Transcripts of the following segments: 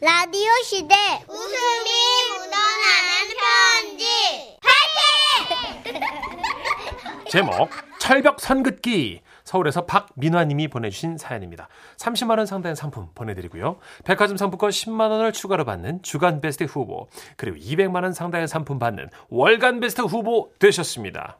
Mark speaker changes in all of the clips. Speaker 1: 라디오 시대 웃음이 묻어나는 편지
Speaker 2: 제목 철벽 선긋기 서울에서 박민화님이 보내주신 사연입니다. 30만 원 상당의 상품 보내드리고요. 백화점 상품권 10만 원을 추가로 받는 주간 베스트 후보 그리고 200만 원 상당의 상품 받는 월간 베스트 후보 되셨습니다.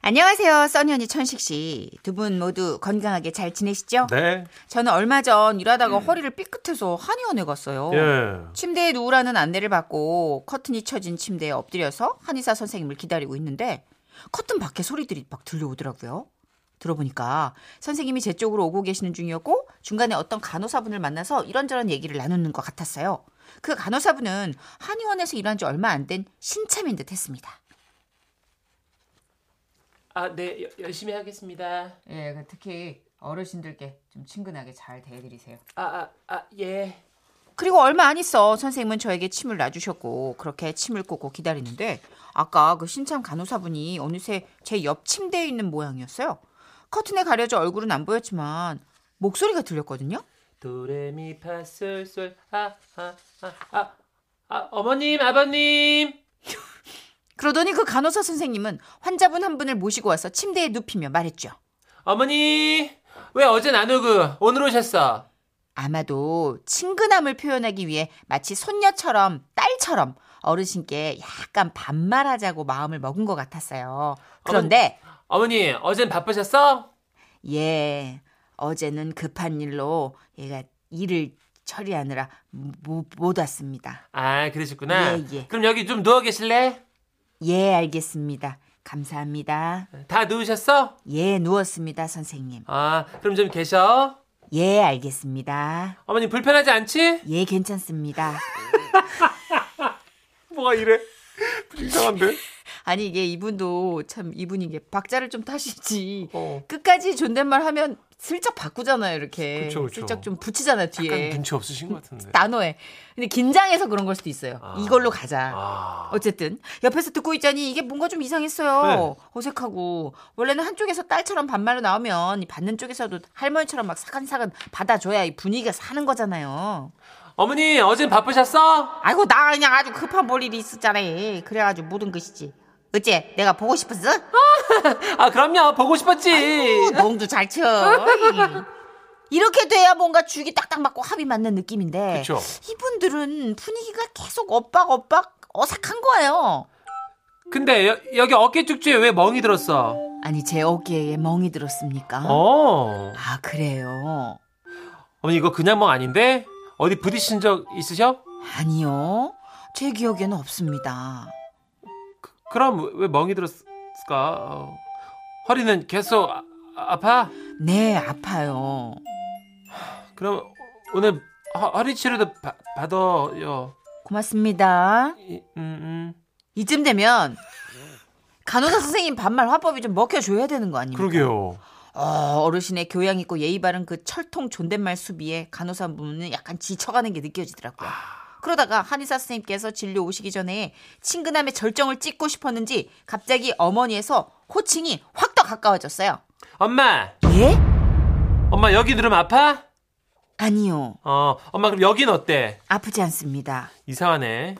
Speaker 3: 안녕하세요. 써니 언니 천식 씨. 두 분 모두 건강하게 잘 지내시죠?
Speaker 2: 네.
Speaker 3: 저는 얼마 전 일하다가 허리를 삐끗해서 한의원에 갔어요.
Speaker 2: 예.
Speaker 3: 침대에 누우라는 안내를 받고 커튼이 쳐진 침대에 엎드려서 한의사 선생님을 기다리고 있는데 커튼 밖에 소리들이 막 들려오더라고요. 들어보니까 선생님이 제 쪽으로 오고 계시는 중이었고 중간에 어떤 간호사분을 만나서 이런저런 얘기를 나누는 것 같았어요. 그 간호사분은 한의원에서 일한 지 얼마 안 된 신참인 듯 했습니다.
Speaker 4: 아, 네, 여- 열심히 하겠습니다.
Speaker 3: 예, 그 특히 어르신들께 좀 친근하게 잘 대해드리세요.
Speaker 4: 아, 아, 아, 예.
Speaker 3: 그리고 얼마 안 있어 선생님은 저에게 침을 놔주셨고 그렇게 침을 꽂고 기다리는데 아까 그 신참 간호사분이 어느새 제 옆 침대에 있는 모양이었어요. 커튼에 가려져 얼굴은 안 보였지만 목소리가 들렸거든요.
Speaker 4: 도레미 파솔솔 아, 아, 아, 아, 아, 어머님, 아버님.
Speaker 3: 그러더니 그 간호사 선생님은 환자분 한 분을 모시고 와서 침대에 눕히며 말했죠.
Speaker 4: 어머니, 왜 어젠 안 오고 오늘 오셨어?
Speaker 3: 아마도 친근함을 표현하기 위해 마치 손녀처럼 딸처럼 어르신께 약간 반말하자고 마음을 먹은 것 같았어요. 그런데
Speaker 4: 어머니, 어젠 바쁘셨어?
Speaker 3: 예 어제는 급한 일로 얘가 일을 처리하느라 못, 못 왔습니다.
Speaker 4: 아, 그러셨구나.
Speaker 3: 예, 예.
Speaker 4: 그럼 여기 좀 누워 계실래?
Speaker 3: 예 알겠습니다. 감사합니다.
Speaker 4: 다 누우셨어?
Speaker 3: 예 누웠습니다 선생님.
Speaker 4: 아, 그럼 좀 계셔.
Speaker 3: 예 알겠습니다.
Speaker 4: 어머니 불편하지 않지?
Speaker 3: 예 괜찮습니다.
Speaker 2: 뭐가 이래? 이상한데?
Speaker 3: 아니 이게 이분도 참 이분이 이게 박자를 좀 타시지.
Speaker 2: 어.
Speaker 3: 끝까지 존댓말 하면 슬쩍 바꾸잖아요, 이렇게.
Speaker 2: 그쵸, 그쵸.
Speaker 3: 슬쩍 좀 붙이잖아요,
Speaker 2: 약간
Speaker 4: 예.
Speaker 3: 뒤에.
Speaker 2: 눈치 없으신 것 같은데.
Speaker 3: 단어에. 근데 긴장해서 그런 걸 수도 있어요.
Speaker 2: 아.
Speaker 3: 이걸로 가자.
Speaker 2: 아.
Speaker 3: 어쨌든 옆에서 듣고 있자니 이게 뭔가 좀 이상했어요.
Speaker 2: 네.
Speaker 3: 어색하고 원래는 한쪽에서 딸처럼 반말로 나오면 이 받는 쪽에서도 할머니처럼 막 사근사근 받아줘야 이 분위기가 사는 거잖아요.
Speaker 4: 어머니, 어젠 바쁘셨어?
Speaker 3: 아이고 나 그냥 아주 급한 볼 일이 있었잖아. 그래가지고 모든 것이지. 어째 내가 보고 싶었어?
Speaker 4: 아, 그럼요. 보고 싶었지.
Speaker 3: 어, 농도 잘 쳐. 음. 이렇게 돼야 뭔가 죽이 딱딱 맞고 합이 맞는 느낌인데
Speaker 2: 그쵸.
Speaker 3: 이분들은 분위기가 계속 엇박엇박 어색한 거예요.
Speaker 4: 근데 여, 여기 어깨 쪽지에 왜 멍이 들었어?
Speaker 3: 아니 제 어깨에 멍이 들었습니까?
Speaker 4: 어.
Speaker 3: 아 그래요?
Speaker 4: 어머니 이거 그냥 멍 아닌데? 어디 부딪힌 적 있으셔?
Speaker 3: 아니요. 제 기억에는 없습니다.
Speaker 4: 그럼 왜 멍이 들었을까? 어. 허리는 계속 아, 아파?
Speaker 3: 네 아파요.
Speaker 4: 그럼 오늘 허, 허리 치료도 바- 받아요.
Speaker 3: 고맙습니다.
Speaker 4: 이- 음, 음.
Speaker 3: 이쯤 되면 간호사 선생님 반말 화법이 좀 먹혀줘야 되는 거 아닙니까?
Speaker 2: 그러게요.
Speaker 3: 어, 어르신의 교양 있고 예의 바른 그 철통 존댓말 수비에 간호사분은 약간 지쳐가는 게 느껴지더라고요. 그러다가 한의사 선생님께서 진료 오시기 전에 친근함의 절정을 찍고 싶었는지 갑자기 어머니에서 호칭이 확 더 가까워졌어요.
Speaker 4: 엄마,
Speaker 3: 예?
Speaker 4: 엄마 여기 누르면 아파?
Speaker 3: 아니요.
Speaker 4: 어, 엄마 그럼 여긴 어때?
Speaker 3: 아프지 않습니다.
Speaker 4: 이상하네.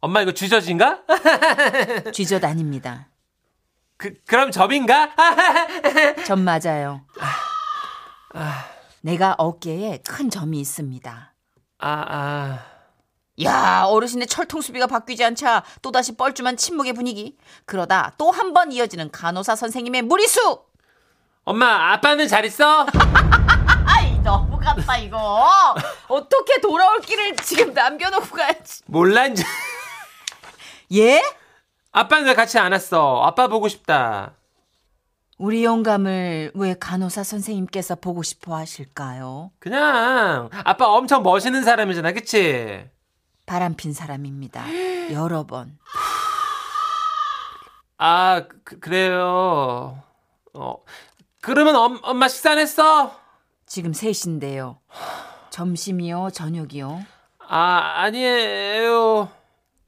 Speaker 4: 엄마 이거 주저진가?
Speaker 3: 쥐젓 아닙니다.
Speaker 4: 그, 그럼 접인가?
Speaker 3: 점 맞아요. 내가 어깨에 큰 점이 있습니다.
Speaker 4: 아, 아.
Speaker 3: 야 어르신의 철통 수비가 바뀌지 않자 또다시 뻘쭘한 침묵의 분위기 그러다 또 한 번 이어지는 간호사 선생님의 무리수
Speaker 4: 엄마, 아빠는 잘 있어?
Speaker 3: 아이 너무 갔다 이거 어떻게 돌아올 길을 지금 남겨놓고 가야지
Speaker 4: 몰라, 이제.
Speaker 3: 예?
Speaker 4: 아빠는 왜 같이 안 왔어? 아빠 보고 싶다.
Speaker 3: 우리 영감을 왜 간호사 선생님께서 보고 싶어 하실까요?
Speaker 4: 그냥 아빠 엄청 멋있는 사람이잖아, 그치?
Speaker 3: 바람핀 사람입니다 여러 번
Speaker 4: 아, 그, 그래요. 어, 그러면 엄, 엄마 식사 안 했어?
Speaker 3: 지금 셋인데요 점심이요 저녁이요
Speaker 4: 아, 아니에요.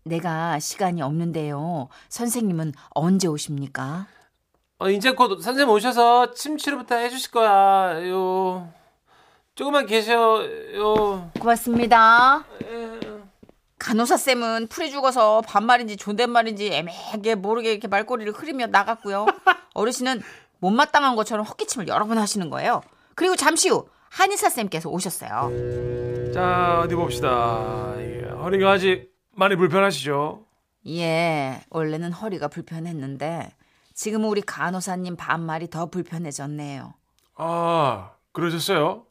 Speaker 3: 내가 시간이 없는데요 선생님은 언제 오십니까?
Speaker 4: 어, 이제 곧 선생님 오셔서 침 치료부터 해주실 거야, 요. 조금만 계셔요.
Speaker 3: 고맙습니다.
Speaker 4: 에,
Speaker 3: 간호사 쌤은 풀이 죽어서 반말인지 존댓말인지 애매하게 모르게 이렇게 말꼬리를 흐리며 나갔고요. 어르신은 못마땅한 것처럼 헛기침을 여러 번 하시는 거예요. 그리고 잠시 후 한의사 쌤께서 오셨어요.
Speaker 4: 자 어디 봅시다. 예, 허리가 아직 많이 불편하시죠?
Speaker 3: 예, 원래는 허리가 불편했는데 지금은 우리 간호사님 반말이 더 불편해졌네요.
Speaker 4: 아 그러셨어요?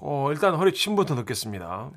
Speaker 4: 어, 일단 허리 침부터 넣겠습니다.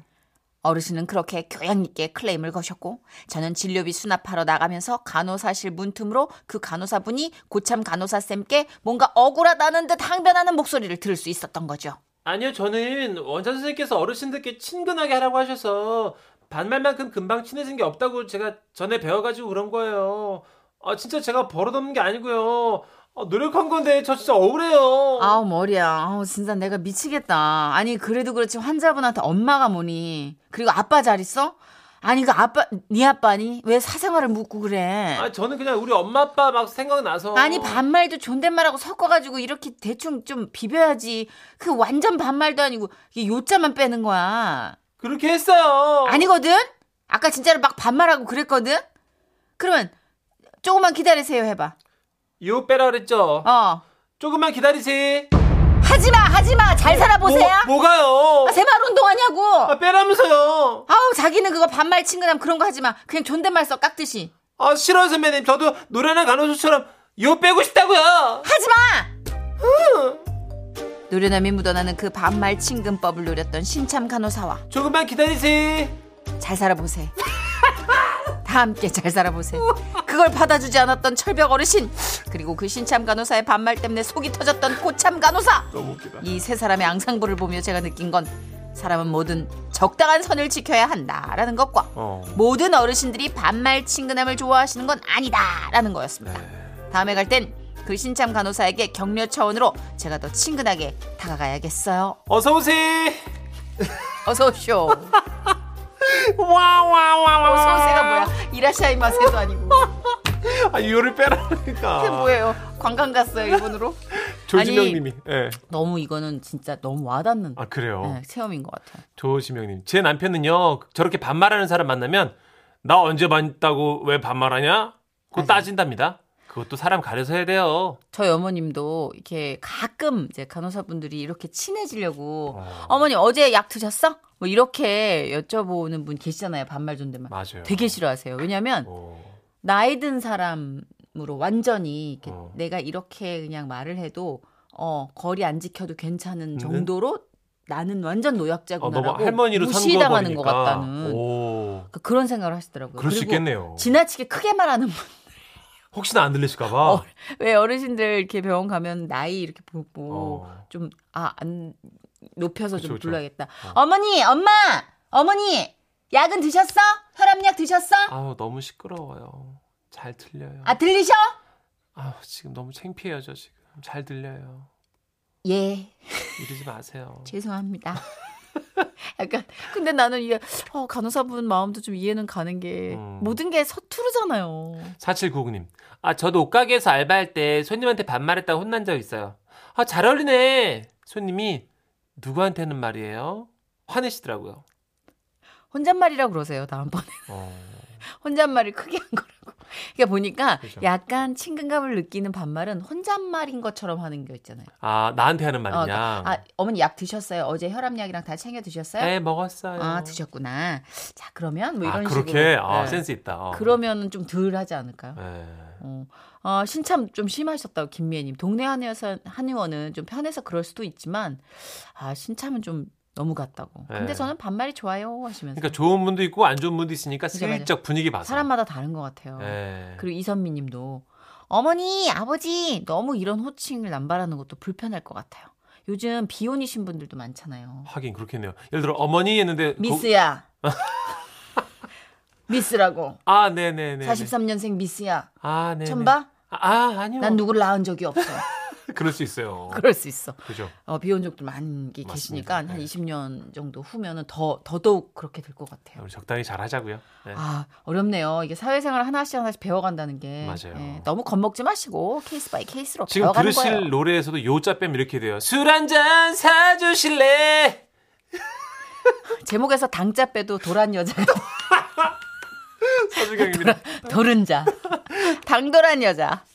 Speaker 3: 어르신은 그렇게 교양 있게 클레임을 거셨고 저는 진료비 수납하러 나가면서 간호사실 문틈으로 그 간호사분이 고참 간호사 쌤께 뭔가 억울하다는 듯 항변하는 목소리를 들을 수 있었던 거죠.
Speaker 4: 아니요, 저는 원장 선생님께서 어르신들께 친근하게 하라고 하셔서 반말만큼 금방 친해진 게 없다고 제가 전에 배워가지고 그런 거예요. 아, 진짜 제가 버릇없는 게 아니고요. 아, 노력한 건데 저 진짜 억울해요.
Speaker 3: 아우 어. 머리야, 아우 진짜 내가 미치겠다. 아니 그래도 그렇지 환자분한테 엄마가 뭐니? 그리고 아빠 잘 있어? 아니 그 아빠, 네 아빠니? 왜 사생활을 묻고 그래?
Speaker 4: 아, 저는 그냥 우리 엄마 아빠 막 생각나서
Speaker 3: 아니 반말도 존댓말하고 섞어가지고 이렇게 대충 좀 비벼야지. 그 완전 반말도 아니고 이 요자만 빼는 거야.
Speaker 4: 그렇게 했어요.
Speaker 3: 아니거든? 아까 진짜로 막 반말하고 그랬거든? 그러면 조금만 기다리세요 해봐.
Speaker 4: 요 빼라 그랬죠.
Speaker 3: 어. 아.
Speaker 4: 조금만 기다리지.
Speaker 3: 하지마 하지마 잘 살아보세요.
Speaker 4: 뭐, 뭐가요?
Speaker 3: 아, 세발 운동하냐고.
Speaker 4: 아, 빼라면서요.
Speaker 3: 아우 자기는 그거 반말 친근함 그런 거 하지마. 그냥 존댓말 써 깍듯이.
Speaker 4: 아, 싫어요 선배님. 저도 노래나 간호수처럼 요 빼고 싶다고요.
Speaker 3: 하지마! 노련함이 묻어나는 그 반말 친근법을 노렸던 신참 간호사와
Speaker 4: 조금만 기다리지.
Speaker 3: 잘 살아보세. 다 함께 잘 살아보세. 그걸 받아주지 않았던 철벽 어르신 그리고 그 신참 간호사의 반말 때문에 속이 터졌던 고참 간호사.
Speaker 4: 너무 웃기다.
Speaker 3: 이 세 사람의 앙상블을 보며 제가 느낀 건 사람은 뭐든 적당한 선을 지켜야 한다라는 것과
Speaker 4: 어.
Speaker 3: 모든 어르신들이 반말 친근함을 좋아하시는 건 아니다라는 거였습니다.
Speaker 4: 네.
Speaker 3: 다음에 갈 땐 그 신참 간호사에게 격려 차원으로 제가 더 친근하게 다가가야겠어요.
Speaker 4: 어서 오세요.
Speaker 3: 어서 오쇼.
Speaker 4: 와와와와.
Speaker 3: 어서 오세가 뭐야? 이라시아이 마세도 아니고.
Speaker 4: 아 요를 빼라니까.
Speaker 3: 그게 뭐예요? 관광 갔어요 일본으로?
Speaker 4: 조지명님이. 예.
Speaker 3: 너무 이거는 진짜 너무 와닿는
Speaker 4: 아 그래요.
Speaker 3: 네, 체험인 것 같아요.
Speaker 4: 조지명님. 제 남편은요 저렇게 반말하는 사람 만나면 나 언제 봤다고 왜 반말하냐? 그거 따진답니다. 그것도 사람 가려서 해야 돼요.
Speaker 3: 저희 어머님도 이렇게 가끔 이제 간호사분들이 이렇게 친해지려고
Speaker 4: 아.
Speaker 3: 어머니 어제 약 드셨어? 뭐 이렇게 여쭤보는 분 계시잖아요. 반말 존댓말.
Speaker 4: 맞아요.
Speaker 3: 되게 싫어하세요. 왜냐면
Speaker 4: 네. 어.
Speaker 3: 나이 든 사람으로 완전히 이렇게
Speaker 4: 어.
Speaker 3: 내가 이렇게 그냥 말을 해도 어 거리 안 지켜도 괜찮은 정도로 나는 완전
Speaker 4: 아, 너무
Speaker 3: 노약자구나라고
Speaker 4: 할머니로
Speaker 3: 무시당하는
Speaker 4: 선거버리니까.
Speaker 3: 것 같다는
Speaker 4: 오.
Speaker 3: 그러니까 그런 생각을 하시더라고요.
Speaker 4: 그럴 수
Speaker 3: 그리고
Speaker 4: 있겠네요.
Speaker 3: 지나치게 크게 말하는
Speaker 4: 혹시나 안 들리실까봐.
Speaker 3: 어, 왜 어르신들 이렇게 병원 가면 나이 이렇게 보고
Speaker 4: 어.
Speaker 3: 좀 아 안 높여서
Speaker 4: 그쵸,
Speaker 3: 좀
Speaker 4: 그쵸.
Speaker 3: 불러야겠다. 어머니, 엄마, 어머니, 약은 드셨어? 혈압약 드셨어? 아,
Speaker 4: 아우 너무 시끄러워요. 잘 들려요.
Speaker 3: 들리셔?
Speaker 4: 아우 지금 너무 창피해요 저 지금. 잘 들려요.
Speaker 3: 예,
Speaker 4: 이러지 마세요.
Speaker 3: 죄송합니다. 약간 근데 나는 이게 어, 간호사분 마음도 좀 이해는 가는 게
Speaker 4: 음.
Speaker 3: 모든 게 서투르잖아요.
Speaker 4: 4799님. 아, 저도 옷가게에서 알바할 때 손님한테 반말했다가 혼난 적 있어요. 아, 잘 어울리네. 손님이 누구한테는 말이에요? 화내시더라고요.
Speaker 3: 혼잣말이라고 그러세요 다음번에
Speaker 4: 어.
Speaker 3: 혼잣말을 크게 한 거라고. 그러니까 보니까
Speaker 4: 그죠.
Speaker 3: 약간 친근감을 느끼는 반말은 혼잣말인 것처럼 하는 게 있잖아요.
Speaker 4: 아, 나한테 하는
Speaker 3: 어,
Speaker 4: 말이냐?
Speaker 3: 그러니까, 아, 어머니 약 드셨어요? 어제 혈압약이랑 다 챙겨 드셨어요?
Speaker 4: 네, 먹었어요.
Speaker 3: 아, 드셨구나. 자, 그러면 뭐
Speaker 4: 아,
Speaker 3: 이런
Speaker 4: 그렇게?
Speaker 3: 식으로.
Speaker 4: 아,
Speaker 3: 네.
Speaker 4: 센스 있다. 어.
Speaker 3: 그러면 좀 덜 하지 않을까요?
Speaker 4: 예.
Speaker 3: 어. 아, 신참 좀 심하셨다고 김미애 님. 동네 한의원 한의원은 좀 편해서 그럴 수도 있지만 아, 신참은 좀 너무 같다고. 근데
Speaker 4: 네.
Speaker 3: 저는 반말이 좋아요 하시면서.
Speaker 4: 그러니까 좋은 분도 있고 안 좋은 분도 있으니까
Speaker 3: 그죠, 맞아요.
Speaker 4: 슬쩍 분위기 봐서.
Speaker 3: 사람마다 다른 것 같아요.
Speaker 4: 예.
Speaker 3: 그리고 이선미 님도 어머니, 아버지 너무 이런 호칭을 남발하는 것도 불편할 것 같아요. 요즘 비혼이신 분들도 많잖아요.
Speaker 4: 하긴 그렇겠네요. 예를 들어 어머니 했는데 거-
Speaker 3: 미스야. 미스라고.
Speaker 4: 아, 네, 네, 네.
Speaker 3: 43년생 미스야.
Speaker 4: 아, 네.
Speaker 3: 천 봐?
Speaker 4: 아, 아니요.
Speaker 3: 난 누구를 낳은 적이 없어.
Speaker 4: 그럴 수 있어요.
Speaker 3: 그럴 수 있어.
Speaker 4: 그죠.
Speaker 3: 어, 비혼족들 많이
Speaker 4: 맞습니다.
Speaker 3: 계시니까 한
Speaker 4: 네.
Speaker 3: 20년 정도 후면은 더 더더욱 그렇게 될 것 같아요.
Speaker 4: 우리 적당히 잘 하자고요. 네.
Speaker 3: 아 어렵네요. 이게 사회생활 하나씩 하나씩 배워간다는 게
Speaker 4: 맞아요.
Speaker 3: 예, 너무 겁먹지 마시고 케이스 바이 케이스로
Speaker 4: 지금
Speaker 3: 배워가는
Speaker 4: 들으실
Speaker 3: 거예요.
Speaker 4: 노래에서도 요자 빼면 이렇게 돼요. 술 한 잔 사주실래?
Speaker 3: 제목에서 당자 빼도 도란 여자,
Speaker 2: 서주경입니다.
Speaker 3: 도른 자. 당도란 여자.